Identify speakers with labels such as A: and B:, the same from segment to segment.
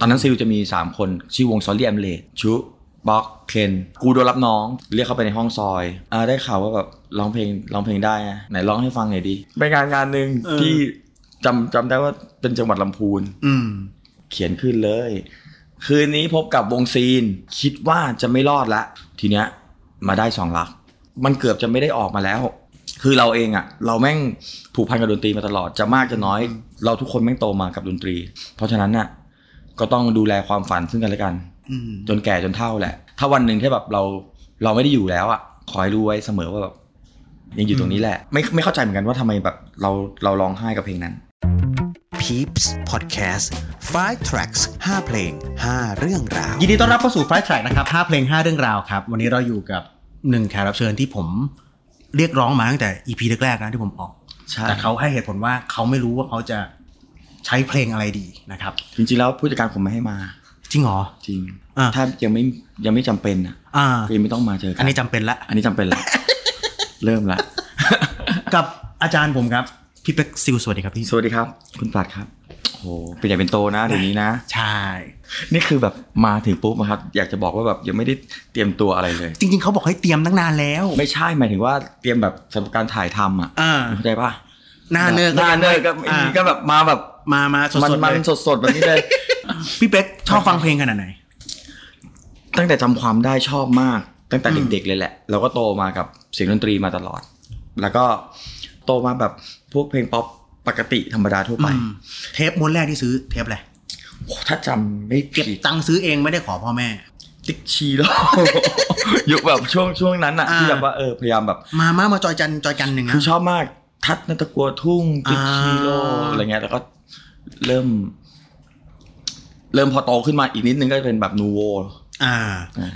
A: ตอนนั้นซิลจะมี 3 คนชื่อวงซอลลี่แอมเลดชุบ็อกเคนกูโดนรับน้อง เรียกเขาไปในห้องซอยอาได้ข่าวว่าแบบร้องเพลงร้องเพลงได้นะไหนร้องให้ฟังหน่อยดิไปงานงานหนึ่ง
B: เออ
A: ที่จำจำได้ว่าเป็นจังหวัดลำพูน
B: อืม
A: เขียนขึ้นเลย คืนนี้พบกับวงซีน คิดว่าจะไม่รอดละ ทีเนี้ย มาได้สองลัก มันเกือบจะไม่ได้ออกมาแล้ว คือเราเองอะเราแม่งผูกพันกับดนตรีมาตลอดจะมากจะน้อย เราทุกคนแม่งโตมากับดนตรี เพราะฉะนั้นน่ะก็ต้องดูแลความฝันซึ่งกันและกัน
B: อืม
A: จนแก่จนเฒ่าแหละ ถ้าวันหนึ่งที่แบบเราเราไม่ได้อยู่แล้วอ่ะ ขอให้รู้ไว้เสมอว่าแบบยังอยู่ตรงนี้แหละ ไม่ไม่เข้าใจเหมือนกันว่าทำไมแบบเราเราร้องไห้กับเพลงนั้น
C: Peeps Podcast 5 tracks 5 เพลง 5 เรื่องราว
B: ยินดีต้อนรับเข้าสู่ไฟท์แทร็กนะครับ 5 เพลง 5 เรื่องราวครับ วันนี้เราอยู่กับหนึ่งแขกรับเชิญที่ผมเรียกร้องมาตั้งแต่ EP แรกๆนะที่ผมออก
A: ใช่
B: แต่เขาให้เหตุผลว่าเขาไม่รู้ว่าเขาจะใช้เพลงอะไรดีนะครับ
A: จริงๆแล้วผู้จัดการผมไม่ให้มา
B: จริงเหรอ
A: จริง
B: อ่ะ
A: ถ้ายังไม่ยังไม่จำเป็นอ่ะ
B: อ่า
A: ก็ยังไม่ต้องมาเจอกั
B: อันนี้จำเป็นละ
A: อันนี้จำเป็นละ เริ่มละ
B: กับอาจารย์ผมครับ พี่เป็กซิลสวัสดีครับพี่
A: สวัสดีครับ คุณปลัดครับโอ้โหเป็นใหญ่เป็นโตนะเดี๋ยวนี้นะ
B: ใช่
A: นี่คือแบบมาถึงปุ๊บนะครับ อยากจะบอกว่าแบบยังไม่ได้เตรียมตัวอะไรเลย
B: จริง ๆเขาบอกให้เตรียมตั้งนานแล้ว
A: ไม่ใช่หมายถึงว่าเตรียมแบบสำหรับการถ่ายทำอ่ะ
B: อ่า
A: เข้าใจปะ
B: หน้าเนอร์
A: หน้าเนอร์ก็
B: อ่า
A: ก็แบบมาแบบ
B: มามาส
A: มัน
B: ดๆ
A: มัน
B: เลย
A: สดสดๆแบบนี้เลย
B: พี่เป็กชอบฟังเพลงขนาดไหน
A: ตั้งแต่จำความได้ชอบมาก ตั้งแต่เด็กๆเลยแหละ เราก็โตมากับเสียงดนตรีมาตลอด แล้วก็โตมาแบบพวกเพลงป๊อปปกติธรรมดาทั่วไป
B: อืมเทปม้วนแรกที่ซื้อเทปอะไร
A: โอ้ถ้าจำไม่
B: เก็
A: ผิ
B: บ
A: ด
B: ตังค์ซื้อเองไม่ได้ขอพ่อแม่
A: ติ๊กชีโร่ ยุคแบบช่วงช่วงนั้นอะ
B: อ่า
A: ที่แบบว่าเออพยายามแบบ
B: มาม่ามาจอยจันจอยกันหนึ่งนะ
A: คือชอบมาก ทัดนัตะกัวทุ่งติ๊ก
B: อ่า
A: ชีโร่อะไรเงี้ยแล้วก็เริ่ม เริ่มพอโตขึ้นมาอีกนิดนึงก็จะเป็นแบบนูโว
B: อ่า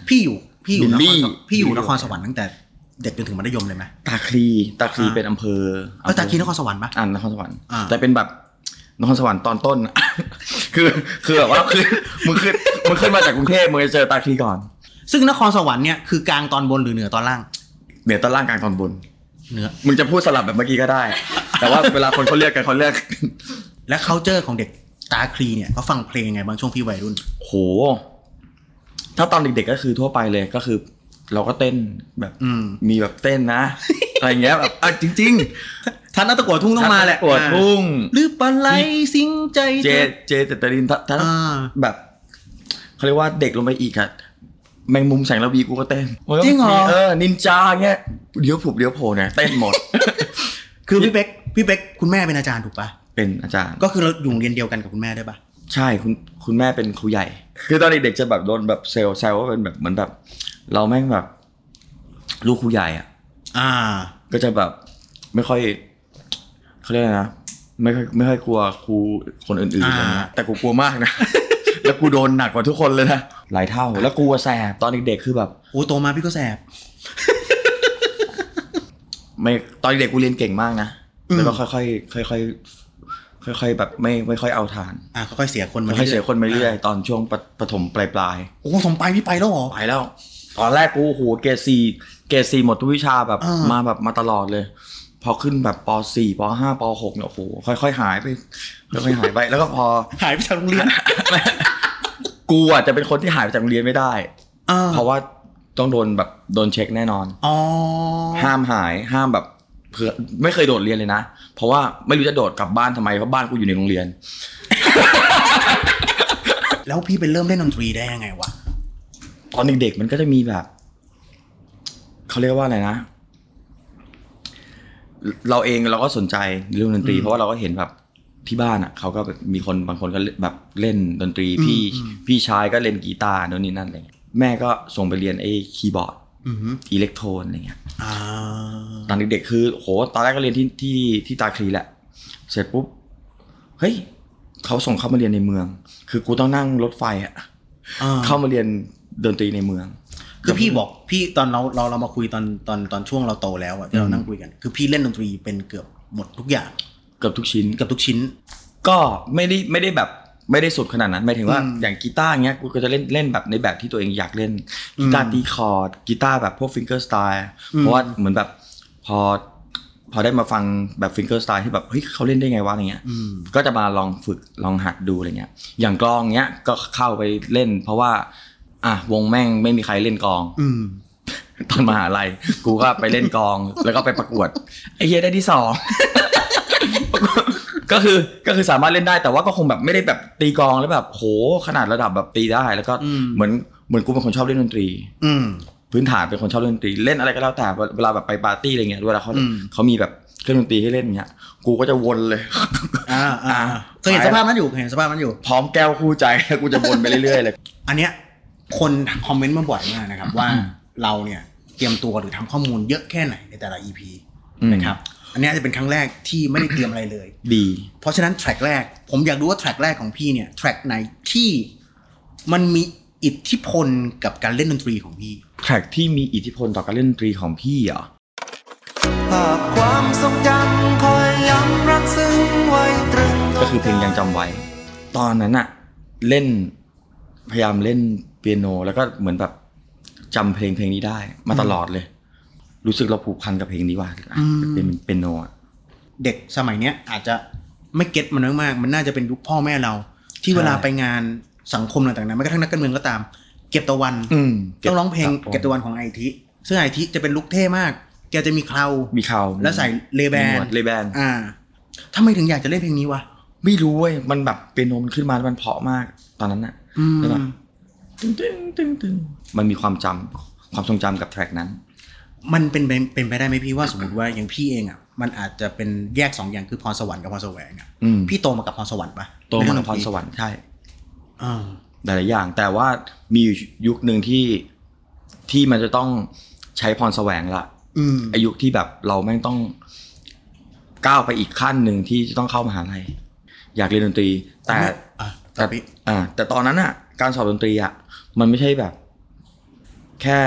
B: พี่อยู่พี่อยู่
A: บิ
B: น
A: ล
B: ค
A: ลี่
B: รสวรรค์พี่อยู่นครสวรรค์ตั้งแต่เด็กจนถึงมัธยมเลยไหม
A: ตาคลีตาคลีเป็นอำเภอำ
B: เออ
A: เภ
B: แต่คีนครสวรรค์ปะ
A: อ่านนครสวรรค์
B: อ่า
A: แต่เป็นแบบนครสวรรค์ตอนต้นอะ คือคือแบบว่าคือมึงขึ้นมึงขึ้นมาจากกรุงเทพมึงจะเจอตาคลีก่อน
B: ซึ่งนครสวรรค์เนี่ยคือกลางตอนบนหรือเหนือตอนล่าง
A: เหนือตอนล่างกลางตอนบน
B: เหนือ
A: มึงจะพูดสลับแบบเมื่อกี้ก็ได้ แต่ว่าเวลาคนเขาเรียกกันเขาเรียก
B: และ culture ของเด็กตาคลีเนี่ยเขาฟังเพลงยังไงบ้างช่วงพี่วัยรุ่น
A: โห ถ้าตอนเด็กๆก็คือทั่วไปเลยก็คือ เราก็เต้นแบบ
B: อืม
A: มีแบบเต้นนะอะไรเงี้ยแบบอ่ะจริง
B: ทันอัตตะกัวทุ่ง
A: ๆ
B: ต้องมาแหละ
A: ปวดพุ่ง
B: หรือปลาไหลสิงใจ
A: เจเจเจตรินทัน
B: อ่า
A: แบบเขาเรียกว่าเด็กลงไปอีกอะแมงมุมแสงระวีกูก็เต้น
B: จริงเหรอ
A: เออนินจาเงี้ยเดี๋ยวผุบเดี๋ยวโผล่เนี่ยเต้นหมด
B: คือพี่เป๊กพี่เป๊กคุณแม่เป็นอาจารย์ถูกปะ
A: เป็นอาจารย์
B: ก็คือเราอยู่โรงเรียนเดียวกันกับคุณแม่ด้วยปะ
A: ใช่คุณคุณแม่เป็นครูใหญ่ คือตอนเด็กๆจะแบบโดนแบบเซลล์แซวว่าเป็นแบบเหมือนแบบ เราแม่งแบบ ลูกครูใหญ่อะ
B: อ่า
A: ก็จะแบบไม่ค่อยเขาเรียกอะไรนะไม่ค่อยไม่ค่อยกลัวครูคนอื่นๆอะไรเงี้ยแต่กูกลัวมากนะ แล้วกูโดนหนักกว่าทุกคนเลยนะหลายเท่า แล้วกูอะแสบตอนเด็กๆคือแบบ
B: โอ้โตมาพี่ก็แสบ
A: ไม่ตอนเด็กกูเรียนเก่งมากนะ
B: อืม
A: แล้วก็ค่อยๆค่อยๆค่อยๆแบบไม่ไม่ค่อยเอาทาน
B: อ่าค่อยๆเสียคนมา
A: ค่อยๆเสียคนไปเรื่อยตอนช่วงปปฐมปลายปลาย
B: โอ้สมไปพี่ไปแล้วเหรอ
A: ๆไปแล้ว ตอนแรกกูโอ้โหเกรดซีเกรดซีหมดทุกวิชาแบบ
B: อ่าม
A: มาแบบมาตลอดเลย พอขึ้นแบบปสี่ปห้าปหกเนี่ยโอ้โหค่อยๆหายไปค่อยๆหาย ไป แล้วก็พอ
B: หายไปจากโรงเรีย น
A: กูอ่ะจะเป็นคนที่หายไปจากโรงเรียนไม่ได้
B: อ่า
A: เพราะว่าต้องโดนแบบโดนเช็คแน่นอน
B: อ๋อ
A: ห้ามหายห้ามแบบเผื่อไม่เคยโดดเรียนเลยนะ เพราะว่าไม่รู้จะโดดกลับบ้านทำไมเพราะบ้านกูอยู่ในโรงเรียน
B: แล้วพี่ไปเริ่มเล่นดนตรีได้ยังไงวะ
A: ตอนเด็กๆมันก็จะมีแบบเขาเรียกว่าอะไรนะ เราเองเราก็สนใจเรื่องดนตรี เพราะว่าเราก็เห็นแบบที่บ้านอ่ะเขาก็แบบมีคนบางคนก็เล่นแบบเล่นดนตรีพี่พี่ชายก็เล่นกีตาร์โน่นนี่นั่นอะไรเงี้ยแม่ก็ส่งไปเรียนไอ้คีย์บอร์ด
B: อือหือ
A: อิเล็กโทรนอะไรเงี้ย
B: อ่า
A: ตอนเด็กๆคือโหตอนแรกก็เรียนที่ที่ที่ตาคลีแหละ เสร็จปุ๊บ เฮ้ยเขาส่งเข้ามาเรียนในเมือง คือกูต้องนั่งรถไฟอะ
B: อ่า
A: เข้ามาเรียนดนตรีในเมือง
B: คือพี่บอกพี่ตอนเราเราเรามาคุยตอนตอนตอนช่วงเราโตแล้วอะที่เรานั่งคุยกัน คือพี่เล่นดนตรีเป็นเกือบหมดทุกอย่าง
A: เกือบทุกชิ้น
B: เกือบทุกชิ้น
A: ก็ไม่ได้ไม่ได้แบบไม่ได้สุดขนาดนั้นหมายถึงว่า
B: อืม
A: อย่างกีตาร์เงี้ยกูก็จะเล่นเล่นแบบในแบบที่ตัวเองอยากเล่นกีตาร์ตีคอร์ดกีตาร์แบบพวกฟิงเกอร์สไตล์
B: อืม
A: เพราะว่าเหมือนแบบพอ พอได้มาฟังแบบฟิงเกอร์สไตล์ที่แบบเฮ้ยเขาเล่นได้ไงวะอะไรเงี้ย
B: อืม
A: ก็จะมาลองฝึกลองหัดดูอะไรเงี้ย อย่างกลองเนี้ยก็เข้าไปเล่น เพราะว่า อ่ะวงแม่งไม่มีใครเล่นกลอง
B: อืม
A: ตอนมหาลัยกูก็ไปเล่นกลอง แล้วก็ไปประกวดไอเฮียได้ที่สอง ก็คือก็คือสามารถเล่นได้แต่ว่าก็คงแบบไม่ได้แบบตีกลองแล้วแบบโหขนาดระดับแบบตีได้แล้วก็
B: อืม
A: เหมือนเหมือนกูเป็นคนชอบเล่นดนตรี
B: อืม
A: พื้นฐานเป็นคนชอบเล่นดนตรีเล่นอะไรก็แล้วแต่เวลาแบบไปปาร์ตี้อะไรเงี้ยเวลาเขา
B: อืม
A: เขามีแบบเครื่องดนตรีให้เล่นเงี้ยกูก็จะวนเลย
B: อ่าอ่า
A: อ่า
B: เคยเห็นสภาพนั้นอยู่เคยเห็นสภาพนั้นอยู่
A: พร้อมแก้วคู่ใจแล้วกูจะวนไปเรื่อยๆเลย
B: อันเนี้ยคนคอมเมนต์มาบ่อยมากนะครับ ว่าเราเนี่ยเตรียมตัวหรือทำข้อมูลเยอะแค่ไหนในแต่ละ EP นะครับ อันเนี้ยจะเป็นครั้งแรกที่ไม่ได้เตรียมอะไรเลย
A: ดี
B: เพราะฉะนั้นแทร็กแรก ผมอยากรู้ว่าแทร็กแรกของพี่เนี่ยแทร็กไหนที่มันมีอิทธิพลกับการเล่นดนตรีของพี่
A: แทร็กที่มีอิทธิพลต่อการเล่นดนตรีของพี่เหรอ
C: ภาพความทรงจำคอยย้ำรักซึ้งไว้ตรึง
A: ก็คือเพลงยังจำไว้ ตอนนั้นอะเล่นพยายามเล่นเปียโน แล้วก็เหมือนแบบจำเพลงเพลงนี้ได้ มาตลอดเลย รู้สึกเราผูกพันกับเพลงนี้ว่ะ
B: อืม
A: เป็นเปียโนอะ
B: เด็กสมัยเนี้ยอาจจะไม่เก็ตมันมากๆมันน่าจะเป็นยุคพ่อแม่เรา ที่
A: ใช่
B: เวลาไปงานสังคมต่างๆนะแม้กระทั่งนักการเมืองก็ตาม เก็บตะวัน
A: อืม
B: ต้องร้องเพลงเก็บ
A: ว
B: ตะวันของไอทิซึ่งไอทิจะเป็นลุคเท่มาก แกจะมีเครา
A: มีเขา
B: แล้วใส่เลแบน
A: เลแบน
B: อ่าทำไมถึงอยากจะเล่นเพลงนี้วะ
A: ไม่รู้เว้ยมันแบบเปียโนมันขึ้นมาแล้วมันเพราะมาก ตอนนั้นอะ
B: อืม
A: ใช่ปะ ตึ้งตึ้งตึ้งตึ้งมันมีความจำความทรงจำกับแทร็กนั้น
B: มันเป็นไปเป็นไปได้ไหมพี่ว่าสมมติว่าอย่างพี่เองอ่ะมันอาจจะเป็นแยกสองอย่างคือพรสวรรค์กับพรแสวงอ่ะ
A: อืม
B: พี่โตมากับพรสวรรค์ปะ
A: โตมากับพรสวรรค์ใช่
B: อ่า
A: หลายๆอย่าง แต่ว่ามีอยู่ยุคหนึ่งที่ที่มันจะต้องใช้พรแสวงละ
B: อืม
A: ไอายุคที่แบบเราแม่งต้องก้าวไปอีกขั้นหนึ่งที่จะต้องเข้ามหาลัยอยากเรียนดนตรี แต่
B: อ่ะแต่
A: แต่
B: พี่
A: อ่าแต่ตอนนั้นอ่ะ การสอบดนตรีอ่ะมันไม่ใช่แบบ แค่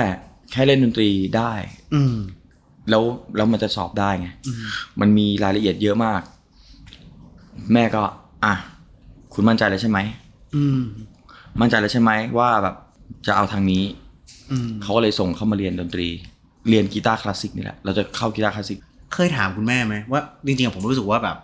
A: แค่เล่นดนตรีได้
B: อืม
A: แล้วแล้วมันจะสอบได้ไง
B: อืม
A: มันมีรายละเอียดเยอะมาก แม่ก็ อ่ะ คุณมั่นใจแล้วใช่ไหม
B: อืม
A: มั่นใจแล้วใช่ไหมว่าแบบจะเอาทางนี้
B: อืม
A: เขาก็เลยส่งเข้ามาเรียนดนตรี เรียนกีตาร์คลาสสิกนี่แหละ เราจะเข้ากีตาร์คลาสสิก
B: เคยถามคุณแม่ไหมว่าจริงๆอะผมรู้สึกว่าแบบ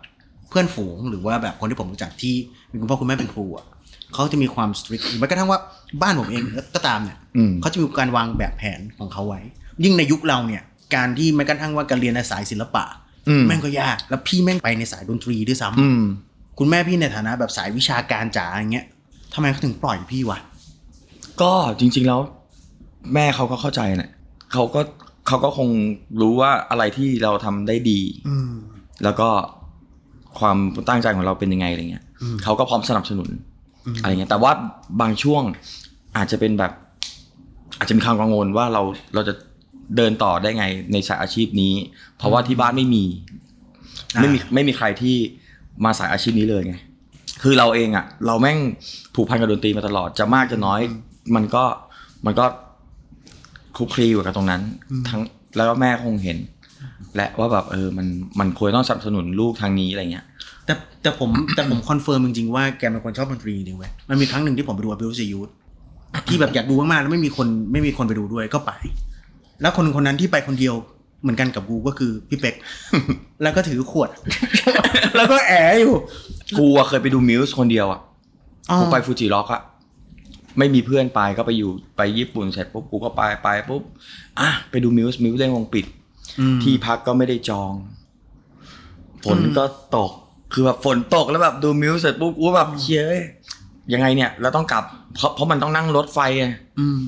B: เพื่อนฝูงหรือว่าแบบคนที่ผมรู้จักที่มีคุณพ่อคุณแม่เป็นครูอ่ะเขาจะมีความสตรีทแม้กระทั่งว่าบ้านผมเองก็ตามเนี่ย
A: อืม
B: เขาจะมีการวางแบบแผนของเขาไว้ ยิ่งในยุคเราเนี่ย การที่แม้กระทั่งว่าการเรียนในสายศิลปะ
A: อืม
B: แม่งก็ยากแล้วพี่แม่งไปในสายดนตรีด้วยซ้
A: อืม
B: ำคุณแม่พี่ในฐานะแบบสายวิชาการจ๋าอย่างเงี้ยทำไมเขาถึงปล่อยพี่วะ
A: ก็จริง ๆแล้ว แม่เขาก็เข้าใจแหละเขาก็เขาก็คงรู้ว่าอะไรที่เราทำได้ดี
B: อืม
A: แล้วก็ความตั้งใจของเราเป็นยังไงอะไรเงี้ย
B: อืม
A: เขาก็พร้อมสนับสนุน
B: อืม
A: อะไรเงี้ย แต่ว่าบางช่วงอาจจะเป็นแบบ อาจจะมีความกังวลว่าเราเราจะเดินต่อได้ไงในสายอาชีพนี้ เพราะว่าที่บ้านไม่มี ไม่มีไม่มีใครที่มาสายอาชีพนี้เลยไง คือเราเองอะ่ะ เราแม่งผูกพันกับดนตรีมาตลอดจะมากจะน้อย มันก็มันก็คลุกคลีอยู่กับตรงนั้น ทั้งแล้วก็แม่คงเห็น และว่าแบบเออมันมันควรต้องสนับสนุนลูกทางนี้อะไรเงี้ย
B: แต่แต่ผม แต่ผมคอนเฟิร์มจริงๆว่าแกเป็นคนชอบดนตรีจริงๆเว้ยมันมีครั้งหนึ่งที่ผมไปดูอ b ิว e ยูทที่แบบอยากดูมากๆแล้วไม่มีคนไม่มีคนไปดูด้วยก็ไป แล้วคนคนนั้นที่ไปคนเดียวเหมือนกันกับกูก็คือพี่เป็ก แล้วก็ถือขวด แล้วก็แอบอยู่
A: กูอะเคยไปดูมิวส์คนเดียวอะ
B: อ๋อ
A: กูไปฟูจิร็อกอะไม่มีเพื่อนไปก็ไปอยู่ไปญี่ปุ่นเสร็จปุ๊บกูก็ไปไปปุ๊บอ่ะไปดูมิวส์มิวส์เล่นวงปิด
B: อืม
A: ที่พักก็ไม่ได้จอง ฝน
B: อืม
A: ก็ตก คือแบบฝนตกแล้วแบบดูมิวส์เสร็จปุ๊บกูแบบเชียเอ้ยยังไงเนี่ย เราต้องกลับ เพราะเพราะมันต้องนั่งรถไฟไง
B: อืม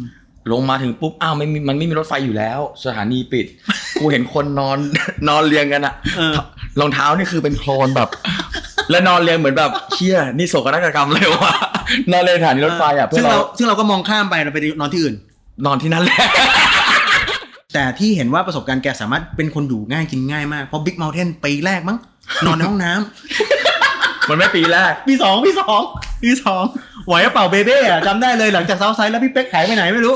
A: ลงมาถึงปุ๊บ อ้าวไม่มีมันไม่มีรถไฟอยู่แล้ว สถานีปิด กูเห็นคนนอน นอนเรียงกันอะ
B: เออ
A: รองเท้านี่คือเป็นโคลนแบบ แล้วนอนเรียงเหมือนแบบเชี่ยนี่โศกนาฏกรรมเลยว่ะ นอนเรียงสถานีรถไฟอะเพื่
B: ซึ่
A: อง เรา
B: เราซึ่งเราก็มองข้ามไปเราไปนอนที่อื่น
A: นอนที่นั่นแหละ
B: แต่ที่เห็นว่าประสบการณ์แกสามารถเป็นคนอยู่ง่ายกินง่ายมากเพราะบิ๊กเมลเทนปีแรกมั้ งนอนในห้องน้ำ
A: มันไม่ปีแรก
B: พี่สองพี่สองพี่สองไหวกระเป๋าเบเบ้อะจำได้เลยหลังจากเซาท์ไซด์แล้วพี่เป๊กหายไปไหนไม่รู้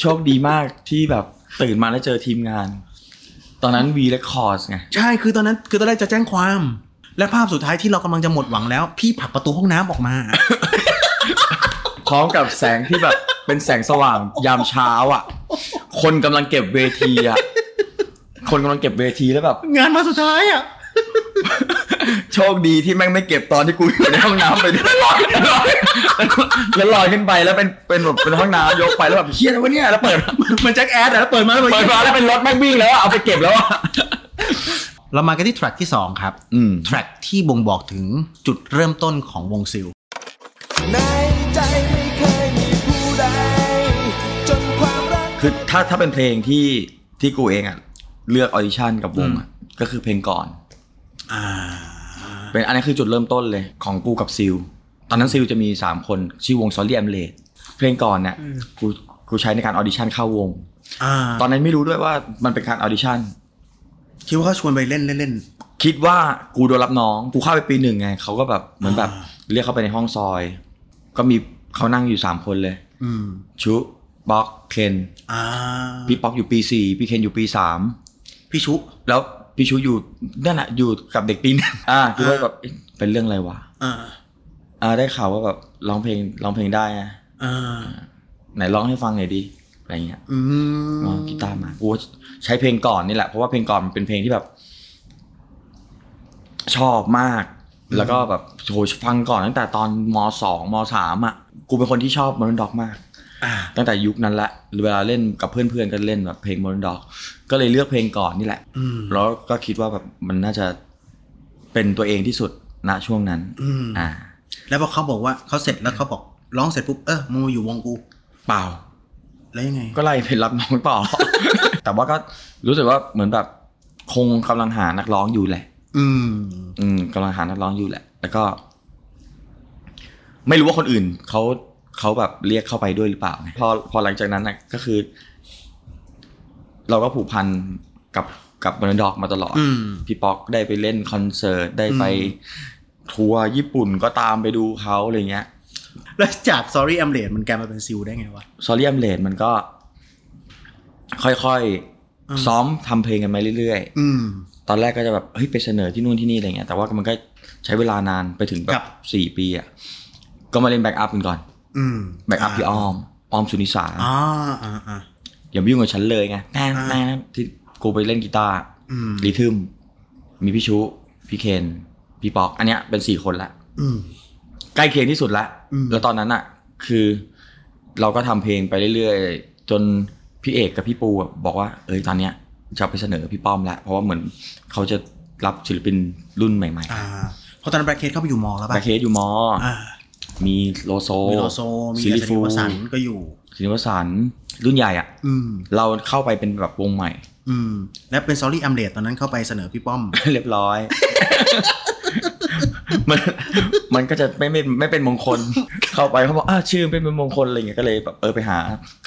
A: โชคดีมากที่แบบตื่นมาแล้วเจอทีมงาน ตอนนั้น V Records ไง
B: ใช่คือตอนนั้นคือตอนแรกจะแจ้งความ และภาพสุดท้ายที่เรากำลังจะหมดหวังแล้ว พี่ผลักประตูห้องน้ำออกมา
A: พร้อมกับแสงที่แบบ เป็นแสงสว่างยามเช้าอ่ะ คนกำลังเก็บเวทีอ่ะ ค คนกำลังเก็บเวทีแล้วแบบ
B: งานมาสุดท้ายอ่ะ
A: โชคดีที่แม่งไม่เก็บตอนที่กูอยู่ในห้องน้ำไปด้วยแล้วลอยแล้วลอยขึ้นไปแล้วเป็นเป็นแบบเป็นห้องน้ำยกไปแล้วแบบเฮียแล้ววะเนี่ยแล้วเปิด
B: มันแจ็คแอดอ่ะแล้วเปิดมาแล้ว
A: เปิดมาแล้วเป็นรถแม่งวิ่งแล้วอะเอาไปเก็บแล้วอะ
B: เรามากันที่แทร็กที่ 2 ครับ
A: อืม
B: แทร็กที่บ่งบอกถึงจุดเริ่มต้นของวงซิล
D: ในใจไม่เคยมีผู้ใด จนความรัก
A: คือถ้าถ้าเป็นเพลงที่ที่กูเองอะเลือกออดิชั่นกับวงอะก็คือเพลงก่อน
B: อ่า
A: เป็นอันนี้นคือจุดเริ่มต้นเลยของกูกับซิล ตอนนั้นซิลจะมี 3 คนชื่อวงซอลลี่แอมเลดเพลงก่อนเนี่ยกูกูใช้ในการออดิชั่นเข้าวง
B: อ่า
A: ตอนนั้นไม่รู้ด้วยว่ามันเป็นการออดิชั่น
B: คิดว่าเขาชวนไปเล่นเล่น
A: คิดว่ากูโดนรับน้อง กูเข้าไปปีหนึ่งไงเขาก็แบบเหมือนแบบเรียกเขาไปในห้องซอย ก็มีเขานั่งอยู่สามคนเลย
B: ๆอืม
A: ชุป๊อกเคน
B: อ่า
A: พี่ป๊อกอยู่ปีสี่พี่เคนอยู่ปีสาม
B: พี่ชุ
A: แล้วพี่ชูอยู่นั่นแหะอยู่กับเด็กปีหนึง อ่าคือว่าแบบเอ๊ะเป็นเรื่องอะไรวะ
B: อ่า
A: อ่าได้ข่าวว่าแบบร้องเพลงร้องเพลงได้นะ
B: อ่า
A: ไหนร้องให้ฟังหน่อยดิอะไรเงี้ย
B: อืม
A: อ๋อกีตาร์มากูก็ใช้เพลงก่อนนี่แหละเพราะว่าเพลงก่อนมันเป็นเพลงที่แบบ ชอบมาก แล้วก็แบบโหฟังก่อนตั้งแต่ตอนมสองมสามอ่ะ กูเป็นคนที่ชอบมอนด็อกมาก
B: อ่า
A: ตั้งแต่ยุคนั้นละ เวลาเล่นกับเพื่อนๆก็เล่นแบบเพลงมอนด็อก ก็เลยเลือกเพลงก่อนนี่แหละ
B: อืม
A: แล้วก็คิดว่าแบบมันน่าจะเป็นตัวเองที่สุดณช่วงนั้น
B: อืม
A: อ่า
B: แล้วพอเขาบอกว่าเขาเสร็จแล้วเขาบอกร้องเสร็จปุ๊บ เออมึงมาอยู่วงกู
A: เปล่า
B: แล้วยังไง
A: ก็ไล่ไปรับน้อง ต่อ แต่ว่าก็รู้สึกว่าเหมือนแบบคงกำลังหานักร้องอยู่แหละ
B: อืม
A: อืมกำลังหานักร้องอยู่แหละ แล้วก็ ไม่รู้ว่าคนอื่นเขาเขาแบบเรียกเข้าไปด้วยหรือเปล่าไงพอพอหลังจากนั้นนะก็คือ เราก็ผูกพันกับกับบรนดอกมาตลอด
B: อืม
A: พี่ป๊อกได้ไปเล่นคอนเสิร์ตได้ไปทัวร์ญี่ปุ่นก็ตามไปดูเขาอะไรเงี้ย
B: แล้วจาก sorry I'm late มันกลายมาเป็นซิลได้ไงวะ
A: ซอเลียมเลดมันก็ ค่อย
B: อืม
A: ๆ ซ้อมทำเพลงกันมาเรื่อย
B: อืม
A: ๆ ตอนแรกก็จะแบบเฮ้ยไปเสนอที่นู่นที่นี่อะไรเงี้ย แต่ว่ามันก็ใช้เวลานานไปถึงแบ
B: ครับ บ
A: สี่ปีอ่ะ ก็มาเล่นแบ็กอัพกันก่อน
B: อืม
A: แบ็กอัพพี่อ้อม อ้อมสุนิสา
B: อ่าอ่าอ่า
A: อย่าไปยุ่งกับฉันเลยไงแน่
B: อ่า
A: แน่ที่กูไปเล่นกีตาร์
B: อืม
A: รีทึม มีพี่ชุพี่เคน พี่ป๊อก อันเนี้ยเป็นสี่คนละ
B: อืม
A: ใกล้เคียงที่สุดละ
B: อืม
A: แล้วตอนนั้นอ่ะ คือเราก็ทำเพลงไปเรื่อยๆ จนพี่เอกกับพี่ปูอะบอกว่า เอ้ยตอนเนี้ยจะไปเสนอพี่ป้อมละ เพราะว่าเหมือนเขาจะรับศิลปินรุ่นใหม่
B: อ่าเพอตอนนแบล็คเคสเข้าไปอยู่มอแล้ว
A: ๆ
B: ป่ะ
A: แบคเคสอยู่มอ
B: อ่า
A: มีโลโซ
B: มีโลโซ มี
A: ซิ
B: อั
A: ลิ
B: ศ
A: ฟู
B: นีวสันต์ก็อยู่
A: ซิลิวสันต์รุ่นใหญ่อ่ะ
B: อืม
A: เราเข้าไปเป็นแบบวงใหม่
B: อืม และเป็น sorry I'm late ตอนนั้นเข้าไปเสนอพี่ป้อม
A: เรียบร้อย มันมันก็จะไม่ไม่ไม่เป็นมงคล เข้าไปเขาบอกอ่าชื่อไม่เป็นมงคลอะไรเงี้ยก็เลยแบบเออไปหา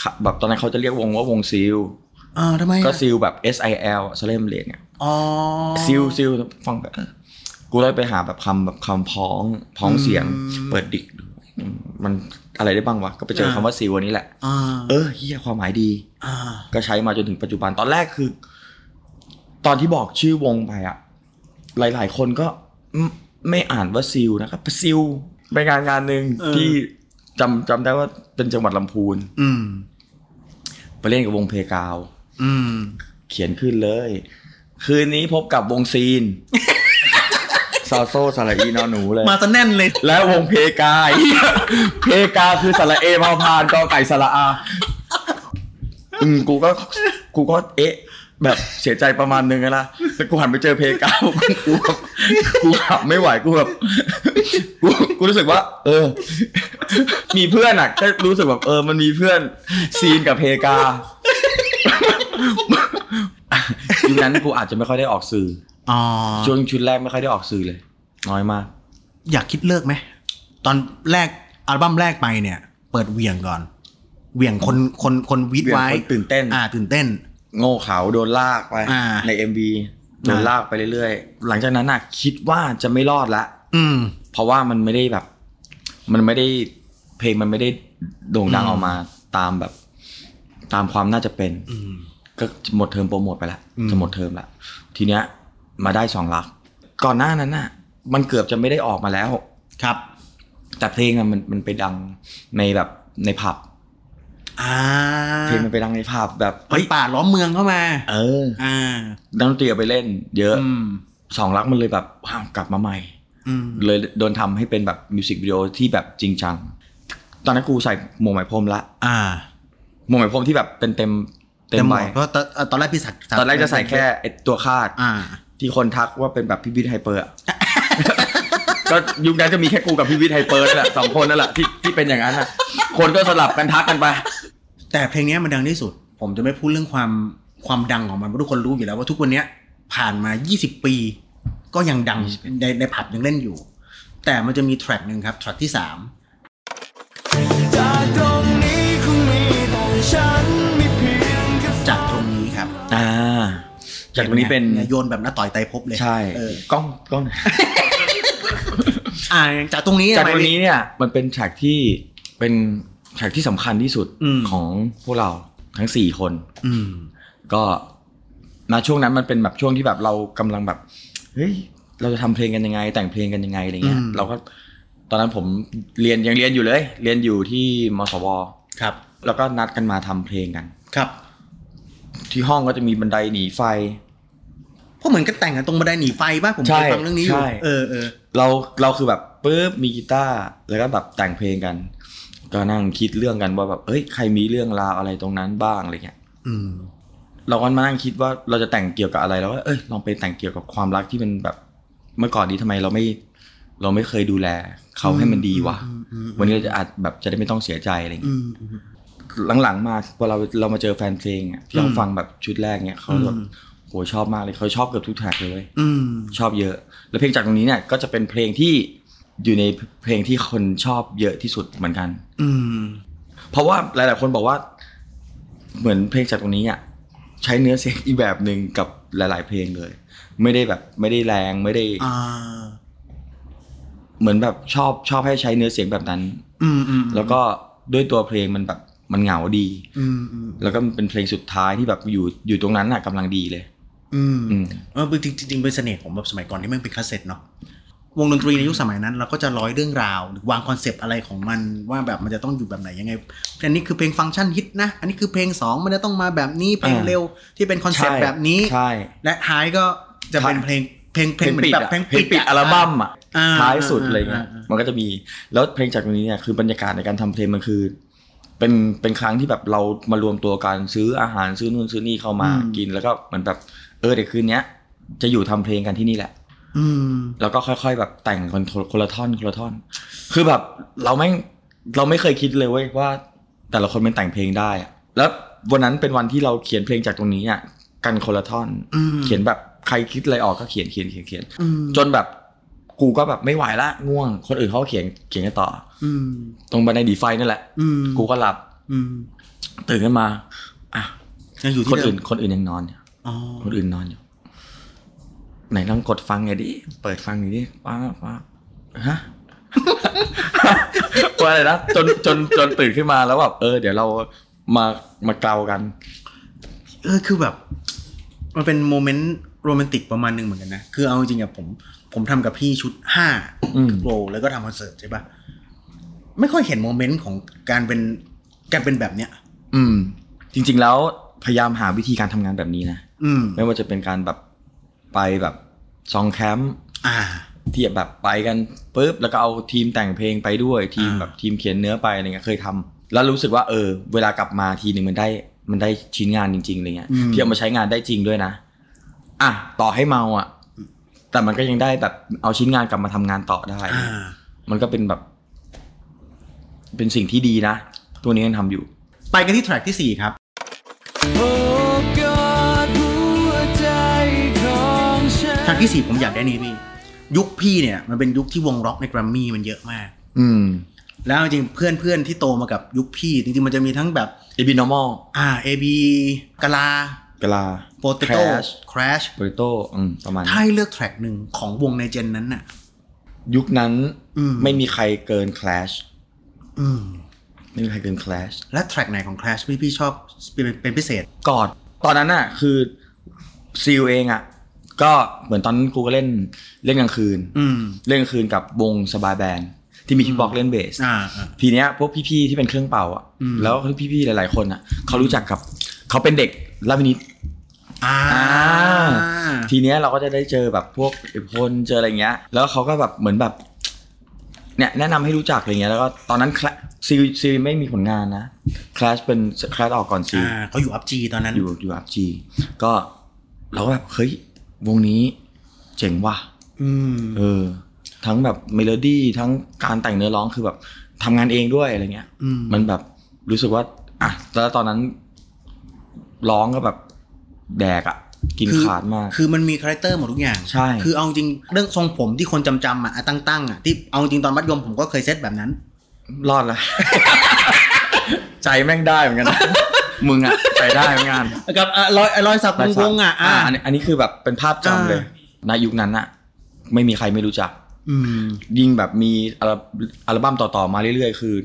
A: ค่ะแบบตอนนั้นเขาจะเรียกวงว่าวงซิล
B: อ่าทำไมอะ
A: ก็ซิลแบบ S I L สเลมเลดเนี่ย
B: อ๋อ
A: ซิลซิลฟังแบบเออกูเลยไปหาแบบคำแบบคำพ้องพ้องเสียง
B: อืม
A: เปิดดิกดูมันอะไรได้บ้างวะ ก็ไปเจอคำว่าซิลวันนี้แหละ
B: อ่า
A: เออเฮียความหมายดี
B: อ่า
A: ก็ใช้มาจนถึงปัจจุบันตอนแรกคือ ตอนที่บอกชื่อวงไปอะหลาย ๆ คนก็ไม่ไม่อ่านว่าซิลนะครับซิลไปงานงานหนึ่ง
B: เออ
A: ที่จำจำได้ว่าเป็นจังหวัดลำพูน
B: อืม
A: ไปเล่นกับวงเพกาว
B: อืม
A: เขียนขึ้นเลย คืนนี้พบกับวงซีน ซาโซสระอีนอนหนูเลย
B: มาซะแน่นเลย
A: และวงเพกา ไอ้เหี้ยเพกาคือสระเอพาพานกอไก่สระอาอืมกูก็กูก็เอ๊ะ แบบเสียใจประมาณนึงอะนะแต่กูหันไปเจอเพกา กูกูแบบกูขับไม่ไหวกูแบบกูกูรู้สึกว่า เออ มีเพื่อนอ่ะก็รู้สึกแบบเออ มันมีเพื่อนซีนกับเพก ายุคนั้นกูอาจจะไม่ค่อยได้ออกสื่อ
B: อ๋อ
A: ช่วงชุดแรกไม่ค่อยได้ออกสื่อเลย น้อยมาก
B: อยากคิดเลิกไหม ตอนแรกอัลบั้มแรกไปเนี่ย เปิดเหวียงก่อนเหวียงคนคนคนวิดไว้
A: เหวี่ยงคนตื่นเต้น
B: อ่า ตื่นเต้น
A: โง่เขาโดนลากไป
B: อ่า
A: ใน MV โดนลากไปเรื่อยๆ หลังจากนั้นน่ะคิดว่าจะไม่รอดละ
B: อืม
A: เพราะว่ามันไม่ได้แบบ มันไม่ได้เพลงมันไม่ได้โด่งดังออกมาตามแบบ ตามความน่าจะเป็น
B: อืม
A: ก็หมดเทอมโปรโมทไปละจะหมดเทอมละทีเนี้ย มาได้สองลัก ก่อนหน้านั้นน่ะ มันเกือบจะไม่ได้ออกมาแล้ว
B: ครับ
A: แต่เพลงอะมันมันไปดังในแบบในผับ
B: อ่า
A: เพลงมันไปดังในผับแบบ
B: มั
A: เฮ้
B: น
A: ย
B: ป่าล้อมเมืองเข้ามา
A: เออ
B: อ่า
A: นักดนตรีเอาไปเล่น เยอะ
B: อืม
A: สองรักมันเลยแบบว้าวกลับมาใหม่
B: อืม
A: เลยโดนทำให้เป็นแบบมิวสิกวิดีโอที่แบบจริงจัง ตอนนั้นกูใส่หมวกไหมพรมละ
B: อ่า
A: หมวกไหมพรมที่แบบเป็นเต็มเต็ม
B: เต็มหม
A: ใบ
B: ดเพราะตอนเอ่อตอนแรกพี่สักดิ์
A: ตอนแรกจะใส่แค่ไอ้ตัวคาด
B: อ่า
A: ที่คนทักว่าเป็นแบบพี่วิทย์ไฮเปอ ร์อะ ก็ยุคนั้นจะมีแค่กูกับพี่วิทย์ไฮเปอร์นั่นแหละสองคนนั่นแหละที่ที่เป็นอย่างนั้นอ่ะ คนก็สลับกันทักกันไป
B: แต่เพลงเนี้ยมันดังที่สุด ผมจะไม่พูดเรื่องความความดังของมันเพราะทุกคนรู้อยู่แล้วว่าทุกวันเนี้ยผ่านมา 20 ปี ก็ยังดังในในผับยังเล่นอยู่ แต่มันจะมีแทร็กหนึ่งครับแทร็กที่
D: จากตรงนี้คงมีแต่ฉันมีเพียงแค่
B: 3 จากตรงนี้ครับ
A: อ่า จากตรงนี้เป็น
B: ยโยนแบบหน้าต่อยไตรภพเลย
A: ใช่
B: เออก
A: ล้องกล้อง
B: อ่าจากตรงนี้
A: จาก
B: ทำไม
A: ตรง
B: พี่
A: นี้เนี่ยมันเป็นฉากที่เป็นฉากที่สำคัญที่สุด
B: อืม
A: ของพวกเราทั้งสี่คน
B: อืม
A: ก็มาช่วงนั้นมันเป็นแบบช่วงที่แบบเรากำลังแบบเฮ้ยเราจะทำเพลงกันยังไง แต่งเพลงกันยังไงอะไรเงี้ย
B: อืม
A: เราก็ตอนนั้นผมเรียนยังเรียนอยู่เลย เรียนอยู่ที่มสว
B: ครับ
A: แล้วก็นัดกันมาทำเพลงกัน
B: ครับ
A: ที่ห้องก็จะมีบันไดหนีไฟ
B: เพราะเหมือนกันแต่งกันตรงบันไดหนีไฟป่ะผม
A: ใช่
B: เคยฟังเรื่องนี้อยู่
A: ใช่
B: เออเออ
A: เราเราคือแบบปุ๊บมีกีตาร์แล้วก็แบบแต่งเพลงกัน ก็นั่งคิดเรื่องกันว่าแบบเอ้ยใครมีเรื่องราวอะไรตรงนั้นบ้างอะไรเงี้ย
B: อืม
A: เราก็มานั่งคิดว่าเราจะแต่งเกี่ยวกับอะไรแล้วก็เอ้ยลองไปแต่งเกี่ยวกับความรักที่มันแบบ เมื่อก่อนนี้ทำไมเราไม่ เราไม่เคยดูแล เขาให้มันดีวะ
B: อืมอืมอืม
A: วันนี้เราจะอาจแบบจะได้ไม่ต้องเสียใจอะไรอย่าง
B: อื
A: เงี้ย
B: มอืม
A: หลังๆมาพอเราเรามาเจอแฟนเพลงอ่ะที่เราฟังแบบชุดแรกเนี่ยเขาแบบ
B: อืม
A: โหชอบมากเลยเขาชอบเกือบทุกแท็กเลยเว้ย
B: อืม
A: ชอบเยอะ แล้วเพลงจากตรงนี้เนี่ยก็จะเป็นเพลงที่อยู่ในเพลงที่คนชอบเยอะที่สุดเหมือนกัน
B: อืม
A: เพราะว่าหลาย ๆ คนบอกว่า เหมือนเพลงจากตรงนี้อ่ะใช้เนื้อเสียงอีกแบบหนึ่งกับหลาย ๆ เพลงเลย ไม่ได้แบบไม่ได้แรงไม่ได้
B: อ่า
A: เหมือนแบบชอบชอบให้ใช้เนื้อเสียงแบบนั้น
B: อืมอืม
A: แล้วก็ด้วยตัวเพลงมันแบบมันเหงาดี
B: อืมอืม
A: แล้วก็มันเป็นเพลงสุดท้ายที่แบบอยู่อยู่ตรงนั้นน่ะกำลังดีเลย
B: อืม
A: อืม
B: เออจริงจริงๆเป็นเสน่ห์ของแบบสมัยก่อนที่แมันเป็นคาสเซ็ตเนาะวงดนตรีในยุคสมัยนั้นเราก็จะร้อยเรื่องราว หรือวางคอนเซปต์อะไรของมันว่าแบบมันจะต้องอยู่แบบไหนยังไงอันนี้คือเพลงฟังก์ชันฮิตนะ อันนี้คือเพลงสองมันจะต้องมาแบบนี้เพลง
A: อ่า
B: เร็วที่เป็นคอนเซปต์
A: ใช่
B: แบบนี้
A: ใช่
B: และท้ายก็จะเป็น
A: ใช่
B: เพลงเพลงเพลงเหมือนแบบเพลง
A: เพลงปิด
B: ะ
A: อัลบั้มอ่ะ
B: อ่า
A: ท้ายสุดอะไรเงี้ย
B: อ่าอ่าอ่ามั
A: มันก็จะมีแล้วเพลงจากตรงนี้เนี่ยคือบรรยากาศในการทำเพลงมันคือ เป็นเป็นครั้งที่แบบเรามารวมตัวกันซื้ออาหารซื้อนู่นซื้อนี่เข้ามากินแล้วก็เหมือนแบบเออเดี๋ยวคืนเนี้ยจะอยู่ทำเพลงกันที่นี่แหละ
B: อืม
A: แล้วก็ค่อย ๆ แบบแต่งคนคนละท่อนคนละท่อน คือแบบเราไม่งเราไม่เคยคิดเลยเว้ยว่าแต่ละคนมันแต่งเพลงได้อะแล้ววันนั้นเป็นวันที่เราเขียนเพลงจากตรงนี้อ่ะกันคนละท่อน
B: อืม
A: เขียนแบบใครคิดอะไรออกก็เขียนเขียนเขียนเขียน
B: อืม
A: จนแบบกูก็แบบไม่ไหวละง่วง คนอื่นเขาเขียนเขียนกันต่อ
B: อืม
A: ตรงบันไดดีไฟนั่นแหละ
B: อืม
A: กูก็หลับ
B: อืม
A: ตื่นขึ้นมาอ่ะ
B: ยังอยู่ที่
A: คน
B: เดิ
A: อื่
B: ม
A: นคนอื่นยังนอนอยู่
B: อ๋อ
A: คนอื่นนอนอยู่ ไหนลองกดฟังไงดิเปิดฟังหน่อยดิป้าป้าฮะ ว่าอะไรนะจนจนจนตื่นขึ้นมาแล้วแบบเออเดี๋ยวเรามามาเกลากัน
B: เออคือแบบ มันเป็นโมเมนต์โรแมนติกประมาณหนึงเหมือนกันนะ คือเอาจริงๆอะผม ผมทำกับพี่ชุดห้า
A: อืม
B: โกลแล้วก็ทำคอนเสิร์ตใช่ปะไม่ค่อยเห็นโมเมนต์ของการเป็นการเป็นแบบเนี้ย
A: อืม จริง ๆ แล้วพยายามหาวิธีการทำงานแบบนี้นะ
B: อืม
A: ไม่ว่าจะเป็นการแบบไปแบบซองแคมป์
B: อ่า
A: ที่แบบไปกันปุ๊บแล้วก็เอาทีมแต่งเพลงไปด้วย ทีม
B: อ่า
A: แบบทีมเขียนเนื้อไปอะไรเงี้ยเคยทำแล้วรู้สึกว่าเออ เวลากลับมาทีหนึ่งมันได้มันได้ชิ้นงานจริงๆอะไรเงี้ยที่เอามาใช้งานได้จริงด้วยนะ อ่ะต่อให้เมาอ่ะ แต่มันก็ยังได้แบบเอาชิ้นงานกลับมาทำงานต่อได้
B: อ่า
A: มันก็เป็นแบบ เป็นสิ่งที่ดีนะตัวนี้ยังทำอยู่
B: ไปกันที่แทร็กที่ 4 ครับ
D: โอกาสหัวใจของฉัน
B: แทร็กที่ 4 ผมอยากได้นี่พี่ ยุคพี่เนี่ย มันเป็นยุคที่วงร็อกในแกรมมี่มันเยอะมาก
A: อืม
B: แล้วจริงๆเพื่อนเพื่อนที่โตมากับยุคพี่ จริงๆมันจะมีทั้งแบบ
A: เอบินอมอล
B: อ่าเอบีกะลาก
A: ลา
B: โปเตโต้คราช
A: โปเตโตอืมประมาณ
B: ถ้า
A: นั้น
B: ให้เลือกแทร็กหนึ่งของวงในเจนนั้นน่ะ
A: ยุคนั้น
B: อืม
A: ไม่มีใครเกินคลช
B: อืม
A: ไม่มีใครเกินคลช
B: และแทร็กไหนของคราชพี่พี่ชอบเป็นเป็นพิเศษ
A: กอดตอนนั้นน่ะคือซีลเองอ่ะ ก็เหมือนตอนนั้นกูก็เล่นเล่นกลางคืน
B: อืม
A: เล่นกลางคืนกับวงสบายแบนด์ ที่มีคิกบ็อกเล่นเบส
B: อ่าอ่า
A: ทีเนี้ยพวกพี่ๆที่เป็นเครื่องเป่าอ่ะ
B: อืม
A: แล้วพี่ๆหลายๆคนอ่ะเขารู้จักกับเขาเป็นเด็กลาวินิต
B: อ่า
A: ทีเนี้ยเราก็จะได้เจอแบบพวกคนเจออะไรเงี้ย แล้วเขาก็แบบเหมือนแบบเนี่ยแนะนำให้รู้จักอะไรเงี้ยแล้วก็ตอนนั้นซีซีไม่มีผลงานนะคลาสเป็นคลาสออกก่อนซี
B: อ่าเขาอยู่อัพจีตอนนั้น
A: อยู่อยู่อัพจีก็เราก็แบบเฮ้ยวงนี้เจ๋งว่ะ
B: อืม
A: เออ ทั้งแบบเมโลดี้ทั้งการแต่งเนื้อร้องคือแบบทำงานเองด้วยอะไรเงี้ย
B: อืม
A: มันแบบรู้สึกว่าอ่ะแล้วตอนนั้นร้องก็แบบแดกอ่ะ กิน
B: คือ
A: ขาดมาก
B: คือมันมีคาแรคเตอร์หมดทุกอย่าง
A: ใช่
B: คือเอาจริงเรื่องทรงผมที่คนจำจำๆอ่ะอ่ะตั้งๆอ่ะที่เอาจริงตอนมัธยมผมก็เคยเซตแบบนั้น
A: รอดละ ใจแม่งได้เหมือนกันนะ มึงอะใจได้เหมือนกัน
B: กับอ่ะรอยรอยสัก
A: ลายสั
B: ว
A: ก
B: งๆอ่ะ
A: อ่า
B: อ่า
A: อันนี้อันนี้คือแบบเป็นภาพจำเลย
B: อ่
A: ณยุคนั้นอะไม่มีใครไม่รู้จัก
B: อืม
A: ยิ่งแบบมีอัลบอัลบั้มต่อๆมาเรื่อยๆ คือ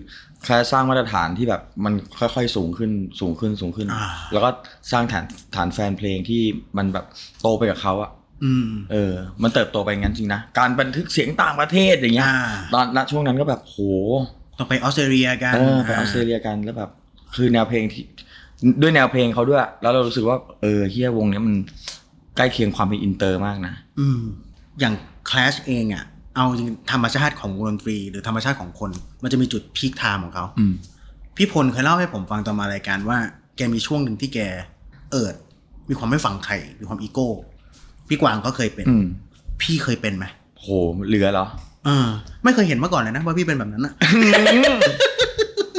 A: แค่สร้างมาตรฐานที่แบบมันค่อยๆสูงขึ้นสูงขึ้นสูงขึ้น
B: อ่า
A: แล้วก็สร้างฐานฐานแฟนเพลงที่มันแบบโตไปกับเขาอะ
B: อืม
A: เออ มันเติบโตไปงั้นจริงนะการบันทึกเสียงต่างประเทศอย่างเงี้ย
B: อ่า
A: ตอนณช่วงนั้นก็แบบโห
B: ต้องไปออสเตรเลียกัน
A: เออไปออสเตรเลียกันแล้วแบบ คือแนวเพลงที่ด้วยแนวเพลงเขาด้วย แล้วเรารู้สึกว่าเออเฮียวงเนี้ยมันใกล้เคียงความเป็นอินเตอร์มากนะ
B: อืม อย่างคลาสเองอ่ะ เอาจริงธรรมชาติของวงดนตรี หรือธรรมชาติของคน มันจะมีจุดพีคไทม์ของเขา
A: อืม
B: พี่พลเคยเล่าให้ผมฟังตอนมารายการว่า แกมีช่วงหนึ่งที่แกเอิด มีความไม่ฟังใคร มีความอีโก้ พี่กวางก็เคยเป็น
A: อืม
B: พี่เคยเป็นไหม
A: โหเหลือเหรอ
B: เออ ไม่เคยเห็นมาก่อนเลยนะว่าพี่เป็นแบบนั้นอะ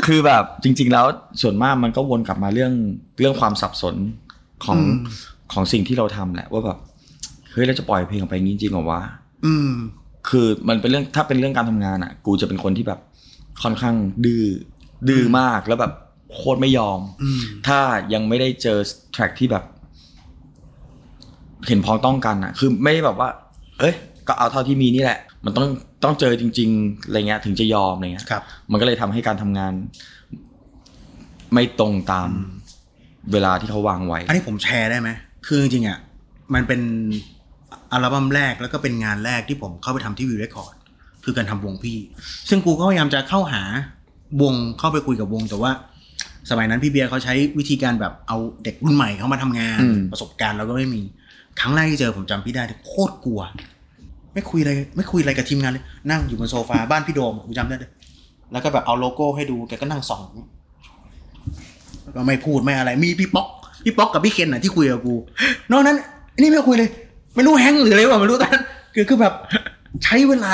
A: คือแบบจริง ๆ แล้วส่วนมากมันก็วนกลับมาเรื่องเรื่องความสับสนของ
B: อืม
A: ของสิ่งที่เราทำแหละ ว่าแบบเฮ้ยเราจะปล่อยเพลงออกไปอย่างนี้จริงเหรอวะ
B: อืม
A: คือมันเป็นเรื่องถ้าเป็นเรื่องการทำงานอ่ะ กูจะเป็นคนที่แบบค่อนข้างดื้อดื้อมากแล้วแบบโคตรไม่ยอม
B: อืม
A: ถ้ายังไม่ได้เจอแทร็กที่แบบ เห็นพ้องต้องกันอ่ะ คือไม่ได้แบบว่า เอ้ย ก็เอาเท่าที่มีนี่แหละ มันต้องต้องเจอจริง ๆอะไรเงี้ย ถึงจะยอมอะไรเงี้ย
B: ครับ
A: มันก็เลยทำให้การทำงาน ไม่ตรงตามเวลาที่เขาวางไว้
B: อันนี้ผมแชร์ได้ไหม คือจริงๆอ่ะ มันเป็นอัลบั้มแรกแล้วก็เป็นงานแรกที่ผมเข้าไปทำที่วิวเรคคอร์ด คือการทำวงพี่ ซึ่งกูก็พยายามจะเข้าหาวงเข้าไปคุยกับวง แต่ว่า สมัยนั้นพี่เบียร์เขาใช้วิธีการแบบเอาเด็กรุ่นใหม่เข้ามาทำงาน
A: อืม
B: ประสบการณ์เราก็ไม่มี ครั้งแรกที่เจอผมจำพี่ได้โคตรกลัว ไม่คุยอะไรไม่คุยอะไรกับทีมงานเลย นั่งอยู่บนโซฟาบ้านพี่โดมกูจำได้เลย แล้วก็แบบเอาโลโก้ให้ดูแกก็นั่งส่อง ก็ไม่พูดไม่อะไร มีพี่ป๊อก พี่ป๊อกกับพี่เคนน่ะที่คุยกับกู นอกนั้นอันนี่ไม่คุยเลย ไม่รู้แฮงก์หรืออะไรวะไม่รู้ตอนนั้นคือคือแบบใช้เวลา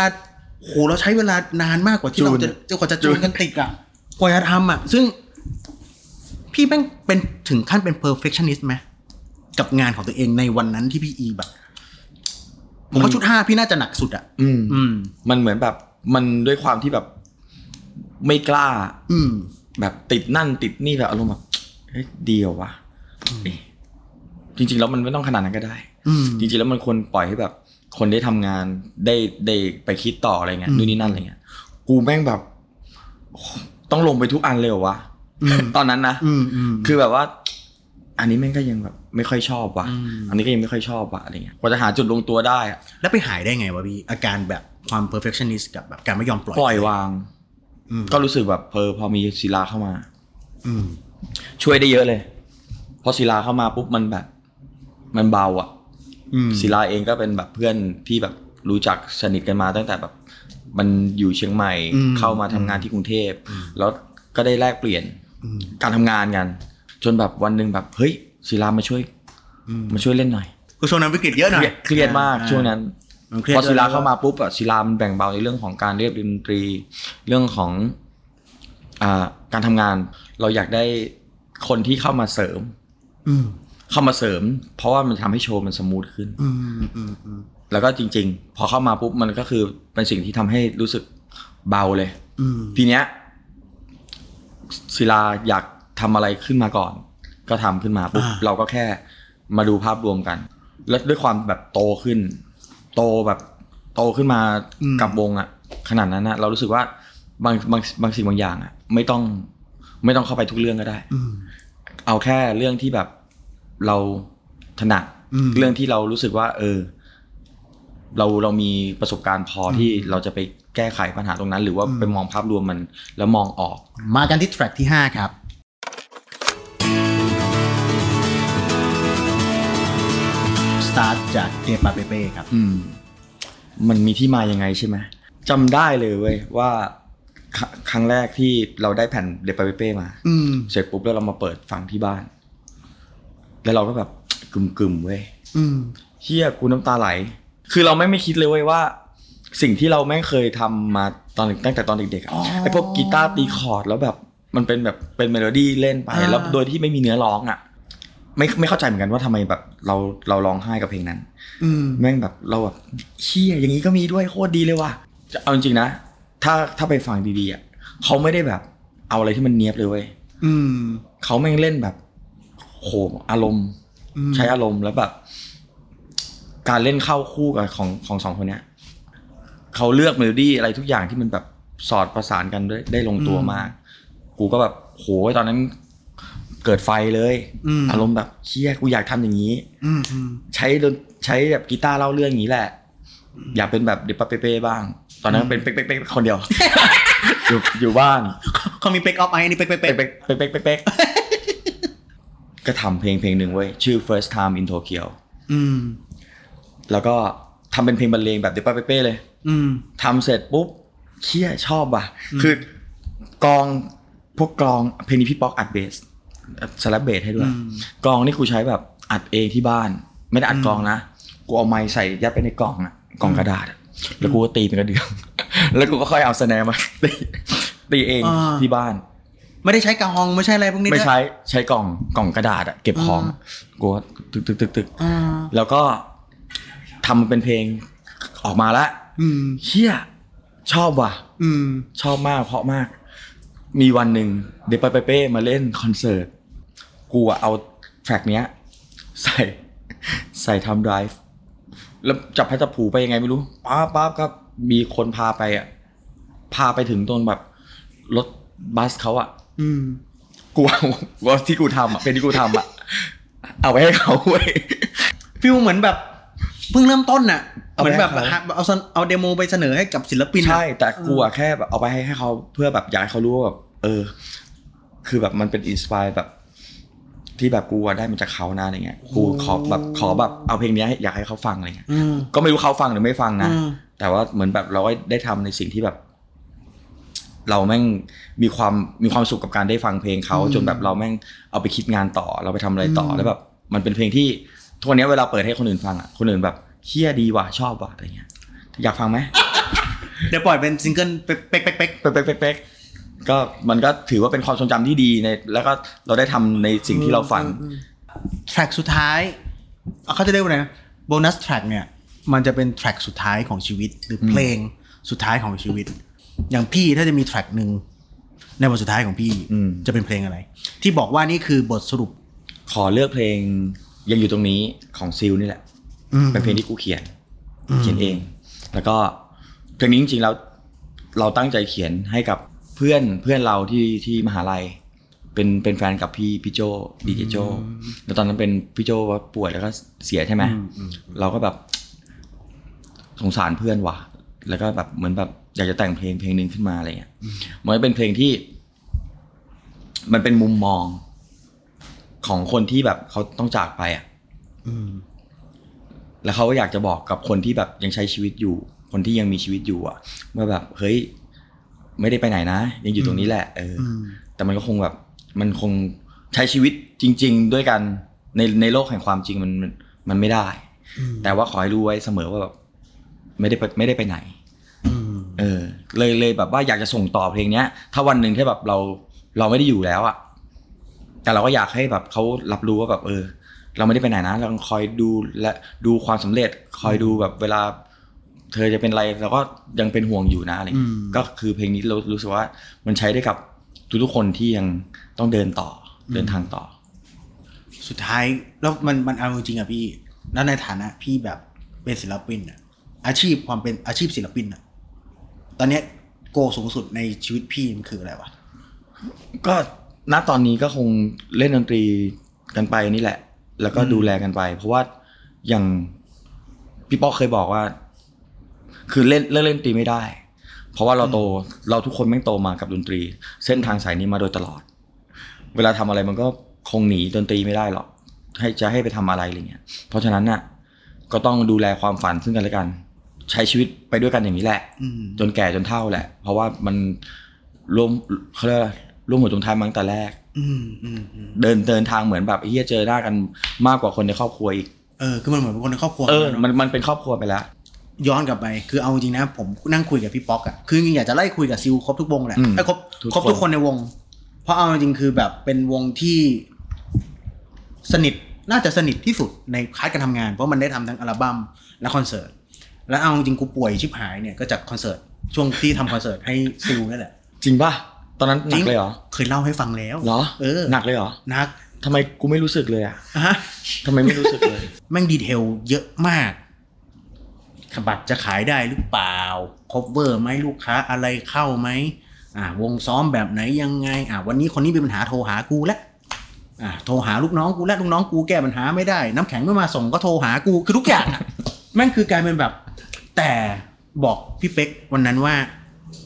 B: โหเราใช้เวลานานมากกว่าที่เรา
A: จูน
B: จะจะกว่าจะจูนกันติดอ่ะกว่าจะทำอ่ะ ซึ่ง พี่แม่งเป็นถึงขั้นเป็น perfectionist ไหมกับงานของตัวเองในวันนั้นที่พี่อีแบบผมว่าชุดห้าพี่น่าจะหนักสุดอ่ะ
A: อืม
B: อืม
A: มันเหมือนแบบ มันด้วยความที่แบบ ไม่กล้า
B: อืม
A: แบบติดนั่นติดนี่แบบอารมณ์แบบเฮ้ยเดียววะเอ๊ะจริง ๆ แล้วมันไม่ต้องขนาดนั้นก็ได้
B: อืม
A: จริงๆแล้วมันควรปล่อยให้แบบ คนได้ทำงานได้ได้ไปคิดต่ออะไรเงี้ย
B: อืม
A: นู่นนี่นั่นอะไรเงี้ยกูแม่งแบบโอ้โหต้องลงไปทุกอันเลยเหรอวะ
B: อืม
A: ตอนนั้นนะ
B: อืมอืม
A: คือแบบว่า อันนี้แม่งก็ยังแบบ ไม่ค่อยชอบว่ะ
B: อืม
A: อันนี้ก็ยังไม่ค่อยชอบว่ะอะไรเงี้ยกว่าจะหาจุดลงตัวได้อะ
B: แล้วไปหายได้ไงวะพี่อาการแบบความ perfectionist กับแบบการไม่ยอมปล่อย
A: ปล่อยวาง
B: อืม
A: ก็รู้สึกแบบเพอพอมีศิลาเข้ามา
B: อืม
A: ช่วยได้เยอะเลยพอศิลาเข้ามาปุ๊บมันแบบ มันเบาอ่ะ
B: อืม
A: ศิลาเองก็เป็นแบบเพื่อนที่แบบรู้จักสนิทกันมาตั้งแต่แบบ มันอยู่เชียงใหม่เข้ามาทำงานที่กรุงเทพ แล้วก็ได้แลกเปลี่ยน
B: อืม
A: การทำงานกัน จนแบบวันหนึ่งแบบ เฮ้ยศิลามาช่วย
B: อืม
A: มาช่วยเล่นหน่อย
B: ก็ช่วงนั้นวิกฤตเยอะหน่
A: เค
B: อย
A: รียดเครียดมาก
B: อ่
A: ช่วงนั้น
B: มันเครียด
A: พอศิลา
B: ด้วย
A: เข้ามาปุ๊บอะศิลามันแบ่งเบาในเรื่องของการเรียบดนตรี เรื่องของอ่าการทำงาน เราอยากได้คนที่เข้ามาเสริม
B: อืม
A: เข้ามาเสริม เพราะว่ามันทำให้โชว์มันสมูทขึ้น
B: อืมอืมอืม
A: แล้วก็จริง ๆ พอเข้ามาปุ๊บมันก็คือเป็นสิ่งที่ทำให้รู้สึกเบาเลย
B: อืม
A: ทีเนี้ยศิลาอยากทำอะไรขึ้นมาก่อน ก็ทำขึ้นมาปุ๊บเราก็แค่มาดูภาพรวมกัน แล้วด้วยความแบบโตขึ้น โตแบบโตขึ้นมากับวงอะขนาดนั้นนะเรารู้สึกว่าบางบางบางสิ่งบางอย่างอะไม่ต้องไม่ต้องเข้าไปทุกเรื่องก็ได้
B: อืม
A: เอาแค่เรื่องที่แบบเราถนัด
B: อืม
A: เรื่องที่เรารู้สึกว่า เออ เราเรามีประสบการณ์พอที่เราจะไปแก้ไขปัญหาตรงนั้น หรือว่าไปมองภาพรวมมันแล้วมองออก
B: มากันที่แทร็กที่ 5 ครับ สตาร์ทจากเตปาเปเป้ครับ
A: อืม มันมีที่มายังไงใช่ไหมจำได้เลยเว้ยว่าครัครั้งแรกที่เราได้แผ่นเดปาเป้มา
B: อืม
A: เสร็จปุ๊บแล้วเรามาเปิดฟังที่บ้าน แล้วเราก็แบบกึมกึมๆเว้ย
B: อืม
A: เฮียกูน้ำตาไหล คือเราไม่ไม่คิดเลยเว้ยว่า สิ่งที่เราแม่งเคยทำมาตอนตั้งแต่ตอนเด็กๆอะ
B: อ๋อ
A: ไอ้พวกกีตาร์ตีคอร์ดแล้วแบบ มันเป็นแบบเป็นเมโลดี้เล่นไป
B: อ่า
A: แล้วโดยที่ไม่มีเนื้อร้องอ่ะ ไม่ไม่เข้าใจเหมือนกันว่าทำไมแบบ เราเราร้องไห้กับเพลงนั้น
B: อืม
A: แม่งแบบเราแบบเชี่ยอย่างนี้ก็มีด้วยโคตรดีเลยว่ะจะเอาจริงๆนะ ถ้าถ้าไปฟังดีๆอ่ะเขาไม่ได้แบบเอาอะไรที่มันเนียบเลยเว้ย
B: อืม
A: เขาแม่งเล่นแบบโหมอารมณ์
B: อืม
A: ใช้อารมณ์แล้วแบบ การเล่นเข้าคู่กับของของสองคนเนี้ยเขาเลือกเมโลดี้อะไรทุกอย่างที่มันแบบสอดประสานกันด้วยได้ลงตัวมาก กูก็แบบโหยตอนนั้นเกิดไฟเลย
B: อืม
A: อารมณ์แบบเชี่ยกูอยากทำอย่างนี้
B: อืมอืม
A: ใช้ดนใช้แบบกีตาร์เล่าเรื่องอย่างนี้แหละ อยากเป็นแบบเดปะเป้ๆบ้าง ตอนนั้นเป็นเป๊กๆๆคนเดียว อยู่อยู่บ้าน
B: เขามีเป๊กออฟไออันนี้เป๊กเป๊ก
A: เป๊
B: เป๊
A: ก
B: ก
A: เป๊กเป๊กๆเป๊กๆก็ทำเพลงเพลงหนึ่งเว้ย ชื่อ first time in Tokyo
B: อืม
A: แล้วก็ทำเป็นเพลงบรรเลงแบบเดปะเป้ๆเลย
B: อืม
A: ทำเสร็จปุ๊บเชี่ยชอบว่ะ คือกลองพวกกลองเพลงนี้พี่ป๊อกอัดเบสสลับเบสให้ด้วย
B: อืม
A: กลองนี่กูใช้แบบอัดเองที่บ้าน ไม่ได้อัดกลองนะ กูเอาไม้ใส่ยัดไปในกล่องอะกล่องกระดาษอะแล้วกูก็ตีเป็นกระเดื่อง แล้วกูก็ค่อยเอาสแนร์มา ตีตีเอง
B: อ่า
A: ที่บ้าน
B: ไม่ได้ใช้กระหองไม่ใช่อะไรพวกนี้
A: ไม่
B: นะ
A: ใช้ใช้กล่องกล่องกระดาษอะเก็บของอะกูก็ตึกตึกตึกตึก
B: อ่า
A: แล้วก็ทำเป็นเพลงออกมาละ
B: อืม
A: เชี่ยชอบว่ะ
B: อืม
A: ชอบมากเพราะมาก มีวันหนึ่งเดปาเปเป้มาเล่นคอนเสิร์ต กูอะเอาแฟกเนี้ย ใส่ใส่ทำไดรฟ์แล้วจับพัดจับผูไปยังไงไม่รู้ป้าบป้าบก็มีคนพาไปอ่ะ พาไปถึงตรงแบบรถบัสเขาอ่ะ
B: อืม
A: กูเอาว่า ที่กูทำอ่ะเป็นที่กูทำอ่ะ เอาไว้ให้เขาเว้ย
B: ฟิลเหมือนแบบเพิ่งเริ่มต้นน่ะ
A: เอา
B: เห
A: ไป
B: มือนแบบ
A: ให้เขา
B: เอาเสนเอาเดโมไปเสนอให้กับศิลปินน่ะ
A: ใช่ แต่กูอะแค่แบบเอาไปให้ให้เขาเพื่อแบบอยากให้เขารู้ว่าแบบเออ คือแบบมันเป็นอินสปายแบบ ที่แบบกูอะได้มาจากเขานะอะไรเงี้ยกูขอแบบขอแบบเอาเพลงเนี้ยให้อยากให้เขาฟังอะไรเงี้ย
B: อืม
A: ก็ไม่รู้เขาฟังหรือไม่ฟังนะ
B: อืม
A: แต่ว่าเหมือนแบบเราก็ได้ทำในสิ่งที่แบบ เราแม่งมีความมีความสุขกับการได้ฟังเพลงเขาจนแบบเราแม่งเอาไปคิดงานต่อ เราไปทำอะไรต่อแล้วแบบ มันเป็นเพลงที่ทุกวันเนี้ยเวลาเปิดให้คนอื่นฟังอ่ะคนอื่นแบบเฮี้ยดีว่ะชอบว่ะอะไรเงี้ย อยากฟังไหม
B: เดี๋ยวปล่อยเป็นซิงเกิลเป๊กเป๊กเป๊กเป๊ก
A: เป๊กเป๊กเป๊กเป๊กก็มันก็ถือว่าเป็นความทรงจำที่ดีใน แล้วก็เราได้ทำในสิ่งที่เราฝัน
B: แทร็กสุดท้ายเอาเขาจะเรียกว่าไงโบนัสแทร็กเนี่ย มันจะเป็นแทร็กสุดท้ายของชีวิต หรือเพลงสุดท้ายของชีวิต อย่างพี่ถ้าจะมีแทร็กหนึ่งในบทสุดท้ายของพี่
A: อืม
B: จะเป็นเพลงอะไร ที่บอกว่านี่คือบทสรุป
A: ขอเลือกเพลงยังอยู่ตรงนี้ของซิลนี่แหละ
B: อืม
A: เป็นเพลงที่กูเขียน เขียนเอง แล้วก็เพลงนี้จริงๆแล้วเราตั้งใจเขียนให้กับเพื่อนเพื่อนเราที่ที่มหาลัย เป็นเป็นแฟนกับพี่พี่โจดีเจโจแล้วตอนนั้นเป็นพี่โจว่าป่วยแล้วก็เสียใช่ไหมเราก็แบบสงสารเพื่อนว่ะ แล้วก็แบบเหมือนแบบอยากจะแต่งเพลงเพลงหนึ่งขึ้นมาอะไรเงี้ยมันก็เป็นเพลงที่ มันเป็นมุมมอง ของคนที่แบบเขาต้องจากไปอ่ะ แล้วเขาก็อยากจะบอกกับคนที่แบบยังใช้ชีวิตอยู่ คนที่ยังมีชีวิตอยู่อ่ะว่าแบบเฮ้ย ไม่ได้ไปไหนนะ ยังอยู่ตรงนี้แหละเอออแต่มันก็คงแบบ มันคงใช้ชีวิตจริง ๆ ด้วยกันในในโลกแห่งความจริงมันมันมันไม่ได้ แต่ว่าขอให้รู้ไว้เสมอว่าแบบไม่ได้ไปไม่ได้ไปไหน เออเลยเลยแบบว่าอยากจะส่งต่อเพลงเนี้ย ถ้าวันหนึ่งที่แบบเราเราไม่ได้อยู่แล้วอะแต่เราก็อยากให้แบบเขารับรู้ว่าแบบ เออ เราไม่ได้ไปไหนนะ เราคอยดูและดูความสำเร็จ คอยดูแบบเวลา เธอจะเป็นอะไรเราก็ยังเป็นห่วงอยู่นะอะไรอย่างเงี้ยก็คือเพลงนี้เรารู้สึกว่ามันใช้ได้กับทุกๆคนที่ยังต้องเดินต่อเดินทางต่อ
B: สุดท้ายแล้วมันมันเอาจริงๆอะพี่ แล้วในฐานะพี่แบบเป็นศิลปินอะอาชีพความเป็นอาชีพศิลปินอะตอนเนี้ยโกสูงสุดในชีวิตพี่มันคืออะไรวะ
A: ก็ณตอนนี้ก็คงเล่นดนตรีกันไปนี่แหละ แล้วก็ดูแลกันไป เพราะว่าอย่างพี่ป๊อกเคยบอกว่า คือเล่นเล่นเล่นดนตรีไม่ได้ เพราะว่าเราโตเราทุกคนแม่งโตมากับดนตรี เส้นทางสายนี้มาโดยตลอด เวลาทำอะไรมันก็คงหนีดนตรีไม่ได้หรอกให้จะให้ไปทำอะไรอะไรเงี้ย เพราะฉะนั้นน่ะ ก็ต้องดูแลความฝันซึ่งกันและกัน ใช้ชีวิตไปด้วยกันอย่างนี้แหละ
B: อืม
A: จนแก่จนเฒ่าแหละ เพราะว่ามันร่วมเขาเรียกว่าร่วมหัวจมท้ายมาตั้งแต่แรก
B: อืมอืมอืม
A: เดินเดินทางเหมือนแบบเฮียเจอหน้ากันมากกว่าคนในครอบครัวอีก
B: เออคือมันเหมือนเป็นคนในครอบครัว
A: เออ
B: กัะ
A: มันมันเป็นครอบครัวไปแล้ว
B: ย้อนกลับไป คือเอาจริงนะ ผมนั่งคุยกับพี่ป๊อกอะคือจริงๆอยากจะไล่คุยกับซิวครบทุกวงแหละ
A: อืม
B: ไอ้ยครบ
A: ทุกคน
B: ครบทุกคนในวง เพราะเอาจริงๆคือแบบเป็นวงที่สนิทน่าจะสนิทที่สุดในพาร์ทการทำงาน เพราะมันได้ทำทั้งอัลบั้มและคอนเสิร์ตแล้วเอาจริงๆกูป่วยชิบหายเนี่ยก็จากคอนเสิร์ตช่วงที่ทำคอนเสิร์ตให้ซิวนั่นแหละ
A: จริงป่ะ ตอนนั้นห
B: จ
A: นั
B: ริ
A: ก
B: ง
A: เลยเหรอ
B: เคยเล่าให้ฟังแล้ว
A: เหรอ
B: เออ
A: หนักเลยเหรอ
B: หนัก
A: ทำไมกูไม่รู้สึกเลยอ่ะ
B: อ่ะฮะ
A: ทำไมไม่รู้สึกเลย
B: แม่งดีเทลเยอะมากขบัตรจะขายได้หรือเปล่า คบเวอร์ไหมลูกค้าอะไรเข้าไหม อ่าวงซ้อมแบบไหนยังไง อ่าวันนี้คนนี้มีปัญหาโทรหากูแล้วอ่าโทรหาลูกน้องกูแล้วลูกน้องกูแก้ปัญหาไม่ได้ น้ำแข็งไม่มาส่งก็โทรหากูคือทุกอย่างอะ แม่งคือกลายเป็นแบบ แต่บอกพี่เป๊กวันนั้นว่า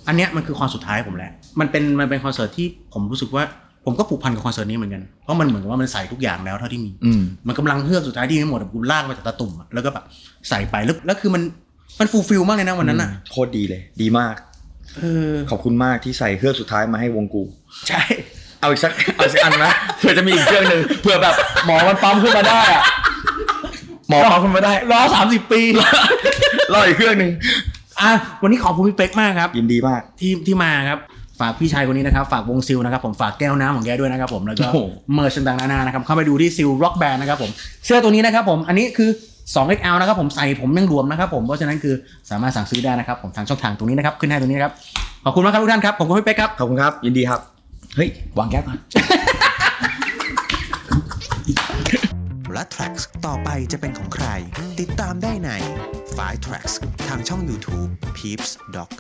B: อันเนี้ยมันคือคอนสุดท้ายผมแหละ มันเป็นมันเป็นคอนเสิร์ตที่ผมรู้สึกว่า ผมก็ผูกพันกับคอนเสิร์ตนี้เหมือนกันเพราะมันเหมือนกับว่ามันใส่ทุกอย่างแล้วเท่าที่มี
A: อืม
B: มันกำลังเฮือกสุดท้ายที่ไม่หมดอะกูลากมาจากตะตุ่มอะแล้วก็แบบใส่ไปแล้วแล้วคือมันมันฟูลฟิลมากเลยนะวันนั้นอ่ะ
A: โคตรดีเลย ดีมาก
B: เออ
A: ขอบคุณมากที่ใส่เครื่องสุดท้ายมาให้วงกู
B: ใช่
A: เอาอีกสัก เอาอีกสักอันนะเผื่อจะมีอีกเครื่องหนึ่งเผื่อแบบหมอมันปั๊มขึ้นมาได้อะหมอปั๊มขึ้นมาได้
B: รอสามสิบปี
A: รออีกเครื่องหนึ่ง
B: อ่ะวันนี้ขอบคุณพี่เป๊กมากครับ
A: ยินดีมาก
B: ที่ที่มาครับ ฝากพี่ชายคนนี้นะครับ ฝากวงซิลนะครับผมฝากแก้วน้ำของแกด้วยนะครับผมแล้วก็
A: โอ้โห
B: เมอร์ชต่างๆนานานะครับเข้าไปดูที่ซิลร็อกแบนนะครับผมเสื้อตัวนี้นะครับผมอันนี้คือ 2XL นะครับผมใส่ผมยังรวมนะครับผมเพราะฉะนั้นคือสามารถสั่งซื้อได้นะครับผมทางช่องทางตรงนี้นะครับขึ้นให้ตรงนี้นะครับขอบคุณมากครับทุกท่านครับผมคุณพี่เป๊กครับ
A: ขอบคุณครับ ยินดีครับ เฮ้ยวางแก้วก่อน
C: และ Tracks ต่อไปจะเป็นของใคร ติดตามได้ใน f i Tracks ทางช่อง YouTube Peeps Doc